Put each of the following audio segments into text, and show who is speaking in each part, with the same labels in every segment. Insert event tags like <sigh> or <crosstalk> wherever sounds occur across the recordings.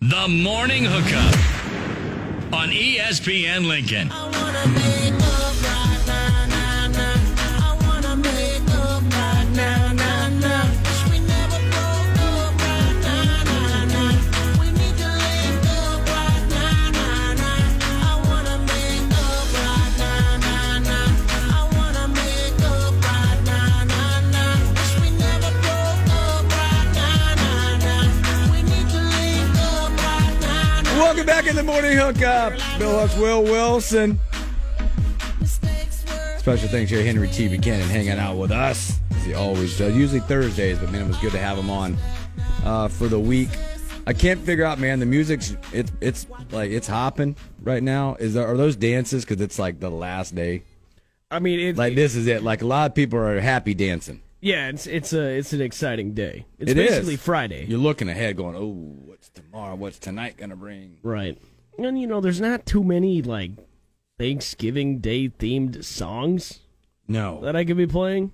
Speaker 1: The Morning Hookup on E ESPN Lincoln.
Speaker 2: Welcome back in the morning hookup. Bill Hooks, Will Wilson. Special thanks to Henry T. Buchanan hanging out with us as he always does. Usually Thursdays, but man, it was good to have him on uh, for the week. I can't figure out, man. The music's it's it's like it's hopping right now. Is there, are those dances? Because it's like the last day.
Speaker 3: I mean, it,
Speaker 2: Like this is it. Like a lot of people are happy dancing.
Speaker 3: yeah, it's it's a it's an exciting day. It's
Speaker 2: It is
Speaker 3: basically Friday,
Speaker 2: You're looking ahead, going, "Oh, what's tomorrow? What's tonight gonna bring?"
Speaker 3: right? And you know, there's not too many like Thanksgiving Day themed songs
Speaker 2: No,
Speaker 3: that I could be playing.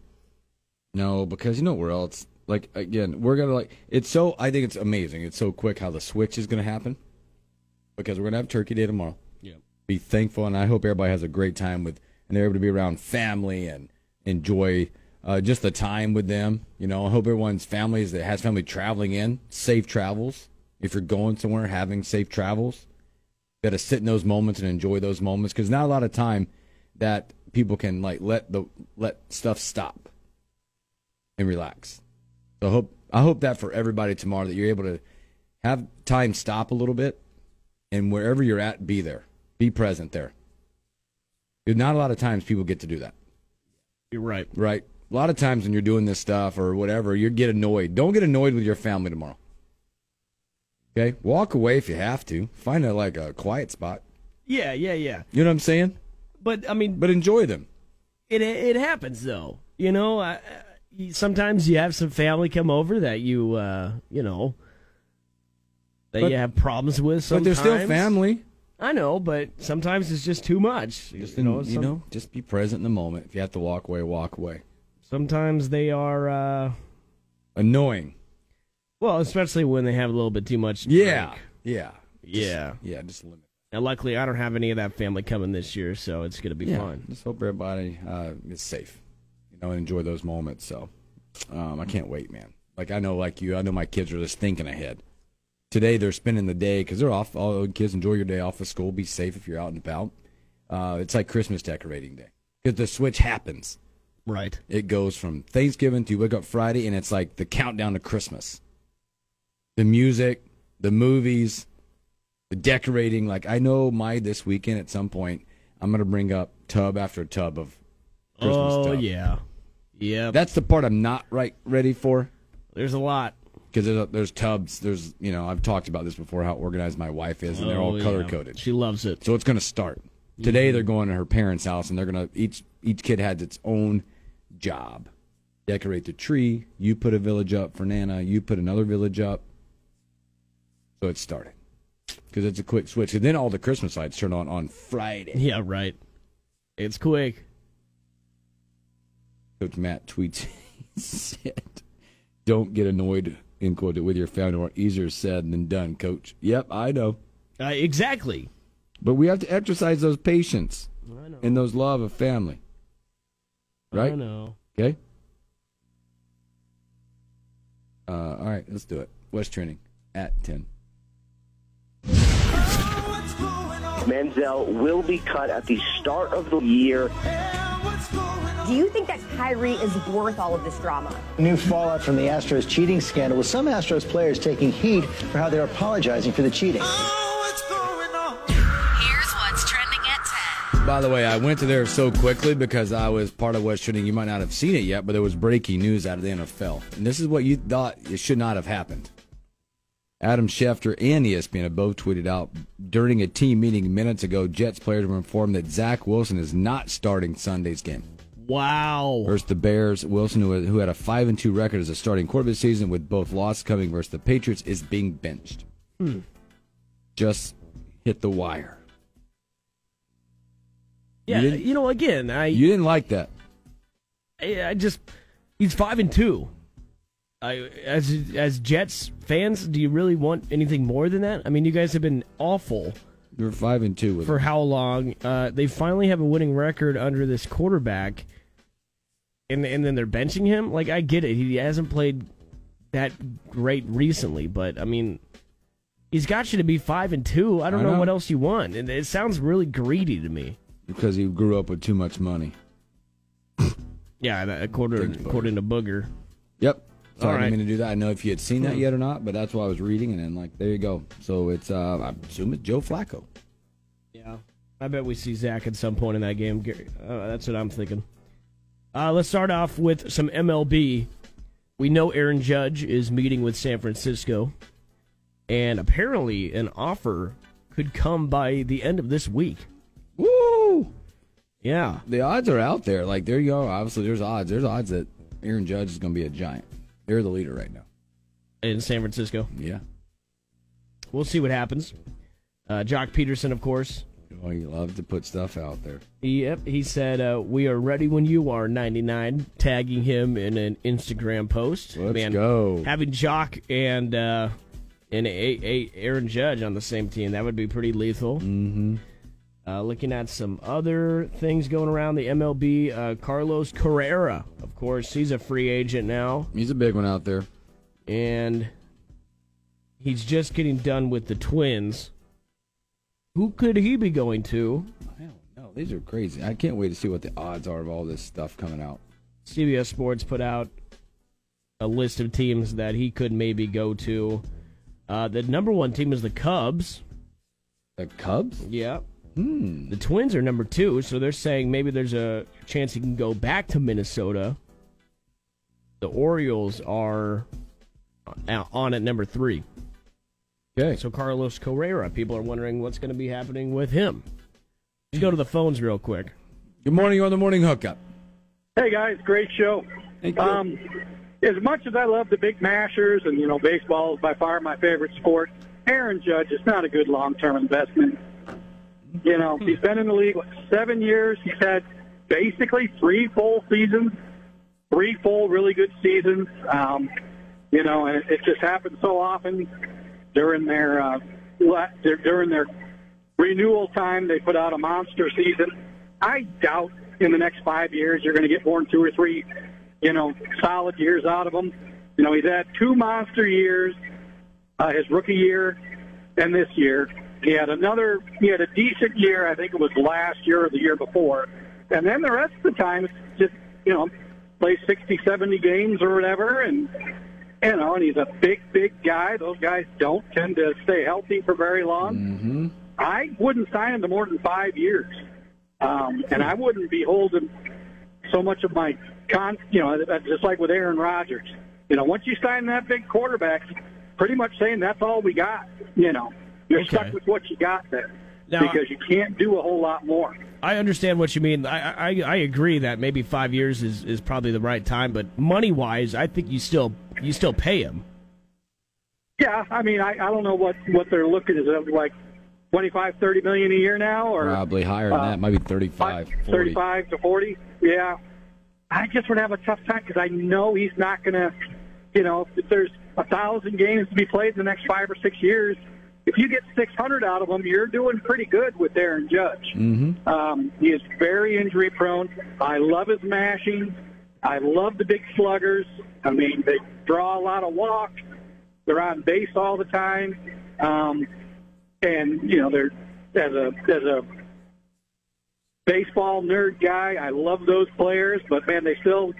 Speaker 2: No, because you know where else? Like again, we're gonna like it's so. I think it's amazing. It's so quick how the switch is gonna happen because we're gonna have Turkey Day tomorrow.
Speaker 3: Yeah.
Speaker 2: Be thankful, and I hope everybody has a great time with, and they're able to be around family and enjoy uh, just the time with them. You know, I hope everyone's families that has family traveling in safe travels. If you're going somewhere, having safe travels, got to sit in those moments and enjoy those moments because not a lot of time that people can like let the let stuff stop and relax. So I hope I hope that for everybody tomorrow that you're able to have time stop a little bit and wherever you're at, be there. Be present there. There's not a lot of times people get to do that.
Speaker 3: You're right.
Speaker 2: Right. A lot of times when you're doing this stuff or whatever, you get annoyed. Don't get annoyed with your family tomorrow. Okay? Walk away if you have to. Find a like a quiet spot.
Speaker 3: Yeah, yeah, yeah.
Speaker 2: You know what I'm saying?
Speaker 3: But I mean,
Speaker 2: But enjoy them.
Speaker 3: it it happens though. You know, I, I- sometimes you have some family come over that you uh, you know that
Speaker 2: But-
Speaker 3: you have problems with.
Speaker 2: But
Speaker 3: Sometimes.
Speaker 2: they're still family.
Speaker 3: I know, but sometimes it's just too much.
Speaker 2: Just
Speaker 3: you know, some-
Speaker 2: just be present in the moment. If you have to walk away, walk away.
Speaker 3: sometimes they are. Uh,
Speaker 2: Annoying.
Speaker 3: Well, especially when they have a little bit too much.
Speaker 2: Yeah.
Speaker 3: drink.
Speaker 2: Yeah.
Speaker 3: yeah.
Speaker 2: Yeah, just limit.
Speaker 3: Now, luckily, I don't have any of that family coming this year, so it's gonna be
Speaker 2: yeah,
Speaker 3: fine.
Speaker 2: Just hope everybody uh, is safe, you know, and enjoy those moments. So, um, I can't wait, man. Like I know, like you, I know my kids are just thinking ahead. Today they're spending the day because they're off. All the kids enjoy your day off of school. Be safe if you're out and about. Uh, it's like Christmas decorating day because the switch happens.
Speaker 3: Right.
Speaker 2: It goes from Thanksgiving to wake up Friday, and it's like the countdown to Christmas. The music, the movies, the decorating. Like I know my this weekend at some point, I'm gonna bring up tub after tub of Christmas
Speaker 3: oh
Speaker 2: stuff.
Speaker 3: yeah. Yeah.
Speaker 2: That's the part I'm not right ready for
Speaker 3: There's a lot.
Speaker 2: because there's, there's tubs. There's you know I've talked about this before how organized my wife is, and they're
Speaker 3: Oh,
Speaker 2: all
Speaker 3: yeah.
Speaker 2: color coded.
Speaker 3: She loves it.
Speaker 2: So it's going to start today. They're going to her parents' house, and they're going to each each kid has its own job. Decorate the tree. You put a village up for Nana. You put another village up. So it's starting because it's a quick switch. And then all the Christmas lights turn on on Friday.
Speaker 3: Yeah. Right. It's quick. Mm-hmm.
Speaker 2: Coach Matt tweets <laughs> he said, "Don't get annoyed." End quote with your family. Or easier said than done, Coach. Yep, I know.
Speaker 3: Uh, exactly.
Speaker 2: But we have to exercise those patience
Speaker 3: I know.
Speaker 2: and those love of family. Right?
Speaker 3: I know.
Speaker 2: Okay. Uh, all right, let's do it. West training at ten.
Speaker 4: Manziel will be cut at the start of the year.
Speaker 5: Do you think that Kyrie is worth all of this drama?
Speaker 6: New fallout from the Astros cheating scandal with some Astros players taking heat for how they're apologizing for the cheating.
Speaker 7: Here's what's trending at
Speaker 2: By the way, I went to there so quickly because I was part of West training. You might not have seen it yet, but there was breaking news out of the NFL, and this is what you thought it should not have happened. Adam Schefter and E ESPN have both tweeted out during a team meeting minutes ago. Jets players were informed that Zach Wilson is not starting Sunday's game
Speaker 3: Wow.
Speaker 2: versus the Bears. Wilson, who, who had a five and two record as a starting quarterback this season, with both losses coming versus the Patriots, is being benched.
Speaker 3: Hmm.
Speaker 2: Just hit the wire.
Speaker 3: Yeah,
Speaker 2: You
Speaker 3: you,
Speaker 2: didn't-
Speaker 3: know, again, I,
Speaker 2: You didn't like that.
Speaker 3: I I just he's five and two. I as as Jets fans, do you really want anything more than that? I mean, you guys have been awful
Speaker 2: You're five and two with
Speaker 3: for how long? Uh, they finally have a winning record under this quarterback, and and then they're benching him. Like I get it, he hasn't played that great recently, but I mean, he's got you to be five and two. I don't
Speaker 2: I
Speaker 3: know.
Speaker 2: know.
Speaker 3: what else you want, and it sounds really greedy to me.
Speaker 2: because he grew up with too much money.
Speaker 3: Yeah, that- according
Speaker 2: Thanks, Booger.
Speaker 3: according to Booger.
Speaker 2: Yep. Sorry,
Speaker 3: All
Speaker 2: I
Speaker 3: right. Hmm.
Speaker 2: didn't mean to do that. I know if you had seen that yet or not, but that's what I was reading, and then like there you go. So it's uh I assume it's Joe Flacco.
Speaker 3: Yeah. I bet we see Zach at some point in that game. Gary. Uh, that's what I'm thinking. Uh, let's start off with some MLB. We know Aaron Judge is meeting with San Francisco, and apparently an offer could come by the end of this week.
Speaker 2: Woo!
Speaker 3: Yeah.
Speaker 2: The odds are out there. Like there you go. Obviously, there's odds. There's odds that Aaron Judge is going to be a giant. They're the leader right now.
Speaker 3: In San Francisco.
Speaker 2: Yeah.
Speaker 3: We'll see what happens. Uh, Jock Peterson, of course.
Speaker 2: Oh, you love to put stuff out there.
Speaker 3: Yep, he said, uh, "We are ready when you are." Ninety nine, tagging him in an Instagram post.
Speaker 2: Let's go.
Speaker 3: Having Jock and uh, and a- a- Aaron Judge on the same team that would be pretty lethal. Mm-hmm. Uh, looking at some other things going around the MLB, uh, Carlos Carrera, of course, he's a free agent now,
Speaker 2: He's a big one out there.
Speaker 3: and he's just getting done with the Twins. Who could he be going to?
Speaker 2: I don't know. These are crazy. I can't wait to see what the odds are of all this stuff coming out.
Speaker 3: CBS Sports put out a list of teams that he could maybe go to. Uh, the number one team is the Cubs.
Speaker 2: The Cubs?
Speaker 3: Yeah.
Speaker 2: Hmm.
Speaker 3: The Twins are number two, so they're saying maybe there's a chance he can go back to Minnesota. The Orioles are o- on at number three.
Speaker 2: Okay.
Speaker 3: So Carlos Carrera, people are wondering what's going to be happening with him. Let's go to the phones real quick.
Speaker 2: Good morning. You're on the morning hookup.
Speaker 8: Hey guys, great show.
Speaker 2: Thank you.
Speaker 8: Um, as much as I love the big mashers, and you know, baseball is by far my favorite sport. Aaron Judge is not a good long-term investment. You know, he's been in the league what, seven years. He's had basically three full seasons, three full really good seasons. Um, you know, and it just happens so often during their uh, la- their- during their renewal time. They put out a monster season. I doubt in the next five years you're going to get more than two or three, you know, solid years out of him. You know, he's had two monster years, uh, his rookie year and this year. He had another, he had a decent year. I think it was last year or the year before. And then the rest of the time, it's just, you know, play 60, 70 games or whatever. And, you know, and he's a big, big guy. Those guys don't tend to stay healthy for very long. I wouldn't sign him to more than five years, um, and I wouldn't be holding so much of my con. You know, that's just like with Aaron Rodgers. You know, once you sign that big quarterback, pretty much saying that's all we got. You know, you're
Speaker 3: Okay.
Speaker 8: stuck with what you got there
Speaker 3: Now-
Speaker 8: because you can't do a whole lot more.
Speaker 3: I understand what you mean. I, I I agree that maybe five years is, is probably the right time, but money wise, I think you still you still pay him.
Speaker 8: Yeah, I mean, I, I don't know what what they're looking is it like twenty five, thirty million a year now, or
Speaker 2: Probably higher than
Speaker 8: Uh,
Speaker 2: that. Might be 35, 40.
Speaker 8: 35 to 40. Yeah. I just would have a tough time because I know he's not going to, you know, if there's a thousand games to be played in the next five or six years, if you get 600 out of him, you're doing pretty good with Aaron Judge. Um, he is very injury prone. I love his mashing. I love the big sluggers. I mean, they draw a lot of walks. They're on base all the time. Um, and, you know, they're, as a, as a baseball nerd guy. I love those players, but man, they still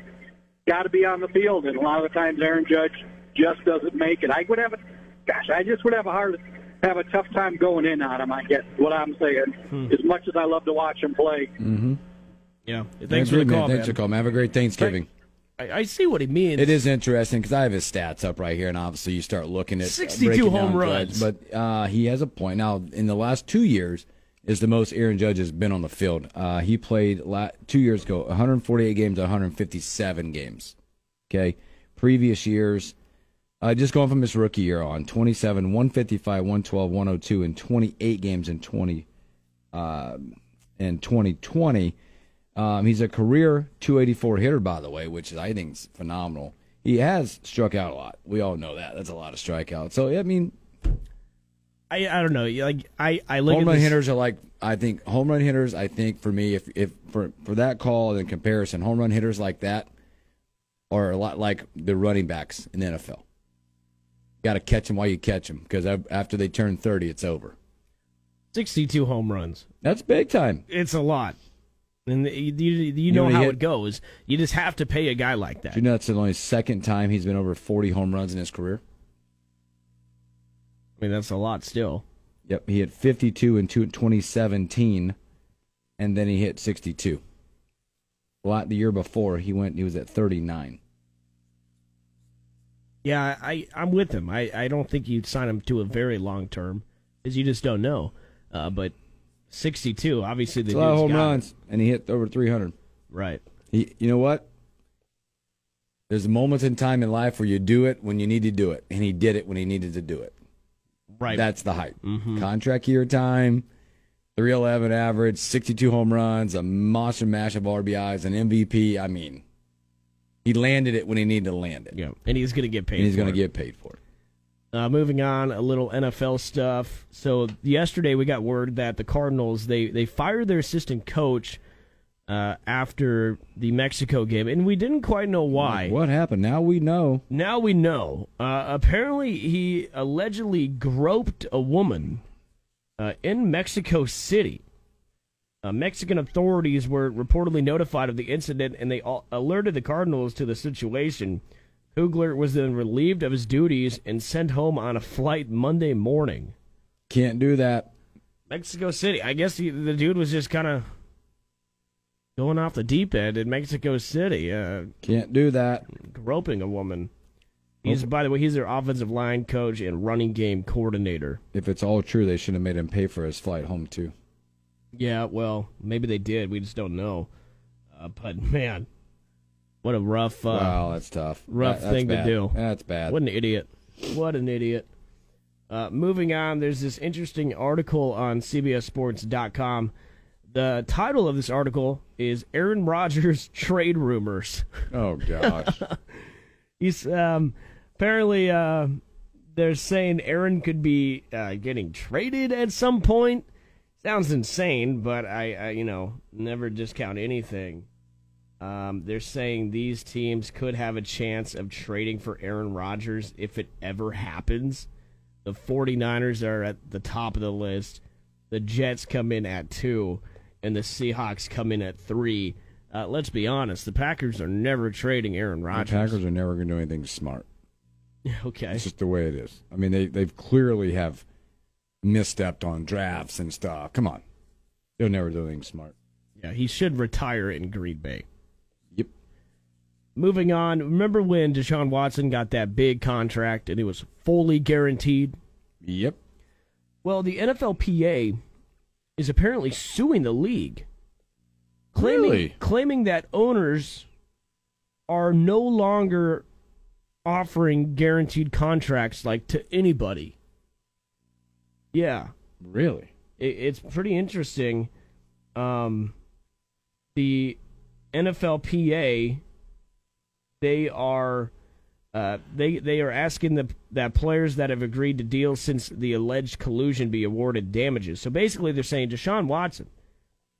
Speaker 8: got to be on the field. And a lot of the times, Aaron Judge just doesn't make it. I would have a, gosh, I just would have a hard, have a tough time going in on him. I guess is what I'm saying. As much as I love to watch him play,
Speaker 3: Yeah. Thanks,
Speaker 2: Thanks
Speaker 3: for the
Speaker 2: man.
Speaker 3: call,
Speaker 2: Thanks for
Speaker 3: man.
Speaker 2: the call, man. Have a great Thanksgiving.
Speaker 3: I, I see what he means.
Speaker 2: It is interesting because I have his stats up right here, and obviously you start looking at uh,
Speaker 3: 62
Speaker 2: breaking
Speaker 3: home
Speaker 2: down
Speaker 3: runs.
Speaker 2: Judge, but uh, he has a point. Now, in the last two years, is the most Aaron Judge has been on the field. Uh, he played la- two years ago 148 games, 157 games. Okay, previous years, uh, just going from his rookie year on 27, 155, 112, 102, and 28 games in 20 uh, in 2020. Um, he's a career 284 hitter, by the way, which I think is phenomenal. He has struck out a lot. We all know that. That's a lot of strikeouts. So I mean,
Speaker 3: I, I don't know. You- Like I, I look
Speaker 2: home
Speaker 3: at
Speaker 2: run
Speaker 3: this-
Speaker 2: hitters are like I think home run hitters. I think for me, if if for for that call in comparison, home run hitters like that are a lot like the running backs in the NFL. Got to catch them while you catch them because after they turn 30, it's over.
Speaker 3: 62 home runs.
Speaker 2: That's big time.
Speaker 3: It's a lot, and you, you, you
Speaker 2: You
Speaker 3: know
Speaker 2: only
Speaker 3: how
Speaker 2: hit-
Speaker 3: it goes. You just have to pay a guy like that.
Speaker 2: Do you know that's the only second time he's been over 40 home runs in his career?
Speaker 3: I mean, that's a lot still.
Speaker 2: Yep, he hit 52 in two- 2017, and then he hit 62. A lot the year before he went, he was at 39.
Speaker 3: Yeah, I, I'm with him. I, I don't think you'd sign him to a very long term, because you just don't know. Uh, but 62, obviously the
Speaker 2: It's a lot of
Speaker 3: dude's
Speaker 2: home
Speaker 3: got it.
Speaker 2: runs, and he hit over 300.
Speaker 3: Right.
Speaker 2: He, you know what? There's moments in time in life where you do it when you need to do it, and he did it when he needed to do it.
Speaker 3: Right.
Speaker 2: That's the hype. Contract year time, 311 average, 62 home runs, a monster mash of RBIs, an MVP. I mean, he landed it when he needed to land it.
Speaker 3: Yeah, and he's going to get paid.
Speaker 2: And he's going
Speaker 3: for
Speaker 2: to
Speaker 3: it.
Speaker 2: get paid for it.
Speaker 3: Uh, moving on, a little NFL stuff. So yesterday we got word that the Cardinals they they fired their assistant coach uh, after the Mexico game, and we didn't quite know why.
Speaker 2: What happened? Now we know.
Speaker 3: Now we know. Uh, apparently, he allegedly groped a woman uh, in Mexico City. Uh, Mexican authorities were reportedly notified of the incident and they all alerted the Cardinals to the situation. Kugler was then relieved of his duties and sent home on a flight Monday morning.
Speaker 2: Can't do that.
Speaker 3: Mexico City. I guess he, the dude was just kind of going off the deep end in Mexico City, uh,
Speaker 2: Can't do that.
Speaker 3: groping a woman. He's, by the way, he's their offensive line coach and running game coordinator.
Speaker 2: If it's all true, they should have made him pay for his flight home, too.
Speaker 3: Yeah, well, maybe they did. We just don't know. Uh, but man, what a rough, uh,
Speaker 2: wow, that's tough.
Speaker 3: rough
Speaker 2: That- that's
Speaker 3: thing to
Speaker 2: bad.
Speaker 3: do.
Speaker 2: That's bad.
Speaker 3: what an idiot! What an idiot! Uh, moving on, there's this interesting article on CBSSports.com. The title of this article is "Aaron Rodgers <laughs> Trade Rumors." <laughs>
Speaker 2: Oh, gosh.
Speaker 3: He's um, apparently uh, they're saying Aaron could be uh, getting traded at some point. Sounds insane, but I, I you know never discount anything. Um, they're saying these teams could have a chance of trading for Aaron Rodgers if it ever happens. The 49ers are at the top of the list. The Jets come in at two, and the Seahawks come in at three. Uh, let's be honest, the Packers are never trading Aaron
Speaker 2: the
Speaker 3: Rodgers.
Speaker 2: Packers are never going to do anything smart.
Speaker 3: Okay.
Speaker 2: It's just the way it is. I mean, they they've clearly have misstepped on drafts and stuff. Come on, they'll never do anything smart.
Speaker 3: Yeah, he should retire in Green Bay.
Speaker 2: Yep.
Speaker 3: Moving on, remember when Deshaun Watson got that big contract and it was fully guaranteed?
Speaker 2: Yep.
Speaker 3: Well, the NFLPA is apparently suing the league, claiming
Speaker 2: Really?
Speaker 3: claiming that owners are no longer offering guaranteed contracts like to anybody. Yeah.
Speaker 2: Really?
Speaker 3: it, it's pretty interesting. Um, the NFLPA, they are uh, they they are asking the that players that have agreed to deals since the alleged collusion be awarded damages. So basically, they're saying Deshaun Watson,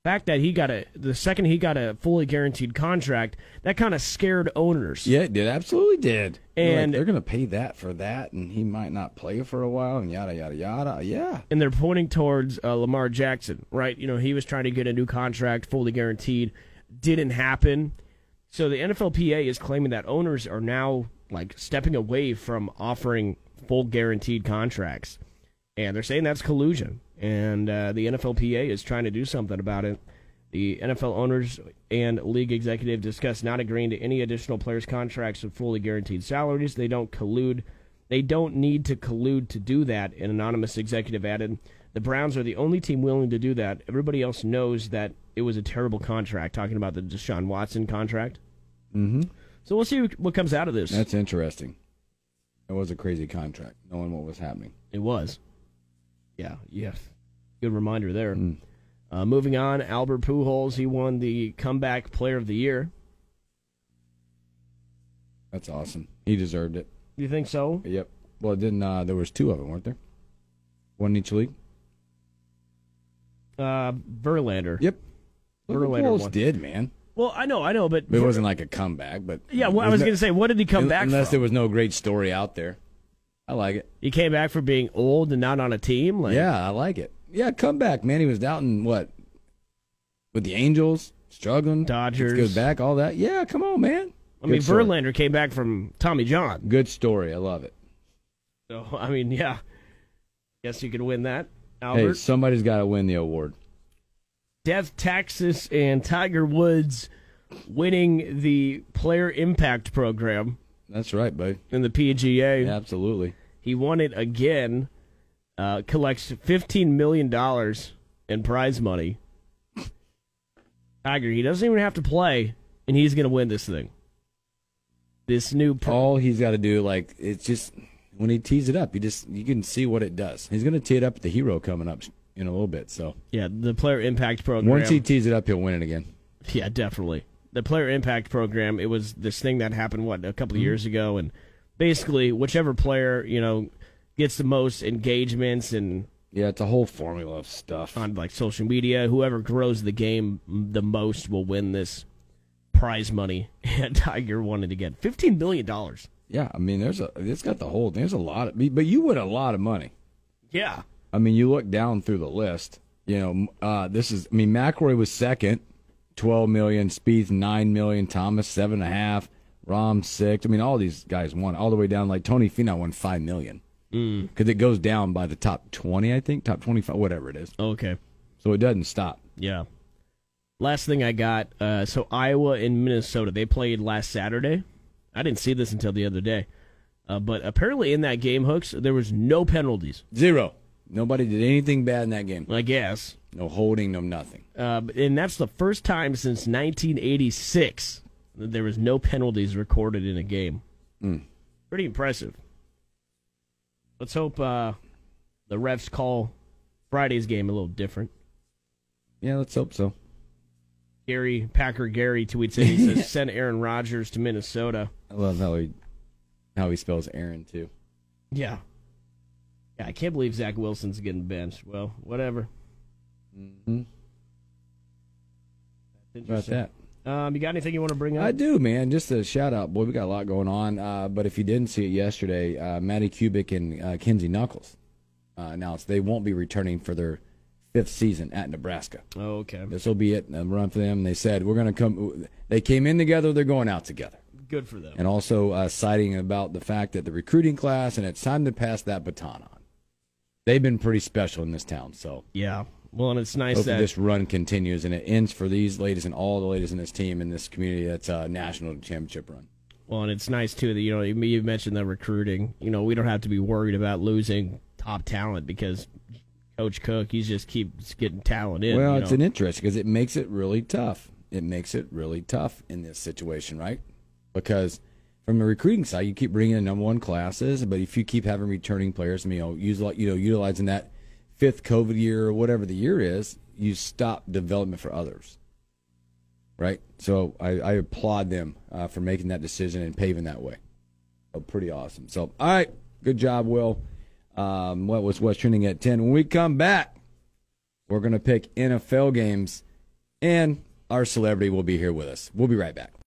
Speaker 3: the fact that he got a the second he got a fully guaranteed contract, that kind of scared owners.
Speaker 2: Yeah, it did. Absolutely did. They're like,
Speaker 3: And-
Speaker 2: they're going to pay that for that, and he might not play for a while, and yada yada yada. Yeah.
Speaker 3: and they're pointing towards uh, Lamar Jackson, right? You know, he was trying to get a new contract, fully guaranteed, didn't happen. So the NFLPA is claiming that owners are now like stepping away from offering full guaranteed contracts, and they're saying that's collusion. And uh, the NFLPA is trying to do something about it. The NFL owners and league executive discussed not agreeing to any additional players' contracts with fully guaranteed salaries. They don't collude. They don't need to collude to do that. An anonymous executive added, "The Browns are the only team willing to do that. Everybody else knows that it was a terrible contract." Talking about the Deshaun Watson contract.
Speaker 2: Mm-hmm.
Speaker 3: So we'll see what comes out of this.
Speaker 2: That's interesting. It was a crazy contract, knowing what was happening.
Speaker 3: It was. Yeah. Yes. Good reminder there. Uh, moving on, Albert Pujols. He won the comeback player of the year.
Speaker 2: That's awesome. He deserved it.
Speaker 3: You think so?
Speaker 2: Yep. Well, it didn't. Uh, there was two of them, weren't there? One in each league.
Speaker 3: Uh, Verlander.
Speaker 2: Yep. Look what
Speaker 3: Verlander
Speaker 2: Pujols
Speaker 3: won.
Speaker 2: did, man.
Speaker 3: Well, I know, I know, but
Speaker 2: It wasn't like a comeback, but
Speaker 3: Yeah, well, I was gonna say, what did he come
Speaker 2: Un-
Speaker 3: back
Speaker 2: Unless
Speaker 3: from?
Speaker 2: there was no great story out there. I like it.
Speaker 3: He came back for being old and not on a team. Like,
Speaker 2: yeah, I like it. Yeah, comeback, man. He was out in what with the Angels, struggling,
Speaker 3: Dodgers.
Speaker 2: good back, all that. Yeah, come on, man.
Speaker 3: I mean,
Speaker 2: Good story.
Speaker 3: Verlander came back from Tommy John.
Speaker 2: Good story. I love it.
Speaker 3: So I mean, yeah. Guess you could win that,
Speaker 2: Hey,
Speaker 3: Albert.
Speaker 2: somebody's got to win the award.
Speaker 3: Death Taxes and Tiger Woods winning the Player Impact Program
Speaker 2: That's right, buddy.
Speaker 3: in the PGA.
Speaker 2: Absolutely.
Speaker 3: He won it again. Uh, collects fifteen million dollars in prize money. Tiger, he doesn't even have to play, and he's going to win this thing. This new pro-
Speaker 2: All he's got to do, like, it's just when he tees it up, you just you can see what it does. He's gonna tee it up at the hero coming up in a little bit. So
Speaker 3: yeah, the Player Impact Program.
Speaker 2: once he tees it up, he'll win it again.
Speaker 3: Yeah, definitely. The player impact program, it was this thing that happened what a couple of
Speaker 2: Mm-hmm.
Speaker 3: years ago and basically whichever player, you know, gets the most engagements and
Speaker 2: Yeah, it's a whole formula of stuff.
Speaker 3: on like social media, whoever grows the game the most will win this prize money. <laughs> And Tiger wanted to get 15 billion dollars.
Speaker 2: Yeah, I mean, there's a it's got the whole thing. There's a lot of, but you win a lot of money.
Speaker 3: Yeah.
Speaker 2: I mean, you look down through the list. You know, uh, this is. I mean, McElroy was second, twelve million. Spieth nine million. Thomas seven and a half. Rom six. I mean, all these guys won all the way down. Like Tony Finau won five million
Speaker 3: Mm.
Speaker 2: because it goes down by the top twenty, I think, top twenty-five, whatever it is.
Speaker 3: Okay.
Speaker 2: So it doesn't stop.
Speaker 3: Yeah. Last thing I got, uh, so Iowa and Minnesota, they played last Saturday. I didn't see this until the other day. Uh, but apparently in that game, Hooks, there was no penalties,
Speaker 2: Zero. Nobody did anything bad in that game.
Speaker 3: I guess.
Speaker 2: No holding, no nothing.
Speaker 3: Uh, and that's the first time since 1986 that there was no penalties recorded in a game.
Speaker 2: Mm.
Speaker 3: Pretty impressive. Let's hope uh, the refs call Friday's game a little different.
Speaker 2: Yeah, let's hope so.
Speaker 3: Gary Packer Gary tweets in, he
Speaker 2: <laughs>
Speaker 3: says, send Aaron Rodgers to Minnesota.
Speaker 2: I love how he how he spells Aaron too.
Speaker 3: Yeah. Yeah, I can't believe Zach Wilson's getting benched. Well, whatever.
Speaker 2: Mm-hmm.
Speaker 3: That's
Speaker 2: About that.
Speaker 3: that? Um, you got anything you want to bring up?
Speaker 2: I do, man. Just a shout out, boy. We got a lot going on. Uh, but if you didn't see it yesterday, uh, Matty Kubik and uh, Kenzie Knuckles uh, announced they won't be returning for their fifth season at Nebraska.
Speaker 3: Oh, okay.
Speaker 2: This will be it, a run for them. They said we're going to come. They came in together. They're going out together.
Speaker 3: Good for them.
Speaker 2: And also uh, citing about the fact that the recruiting class and it's time to pass that baton on. They've been pretty special in this town, so
Speaker 3: Yeah. Well, and it's nice
Speaker 2: hopefully
Speaker 3: that
Speaker 2: this run continues and it ends for these ladies and all the ladies in this team in this community. That's a national championship run.
Speaker 3: well, and it's nice too that you know you you mentioned the recruiting. You know, we don't have to be worried about losing top talent because Coach Cook, he's just keeps getting talent in.
Speaker 2: Well,
Speaker 3: you
Speaker 2: it's
Speaker 3: know.
Speaker 2: an interest because it makes it really tough. It makes it really tough in this situation, right? Because from the recruiting side, you keep bringing in number one classes, but if you keep having returning players, you know, use like you know, utilizing that fifth COVID year or whatever the year is, you stop development for others, right? So I, I applaud them uh, for making that decision and paving that way. So pretty awesome. So all right, good job, Will. Um, what was what's trending at ten? When we come back. We're going to pick NFL games, and our celebrity will be here with us. We'll be right back.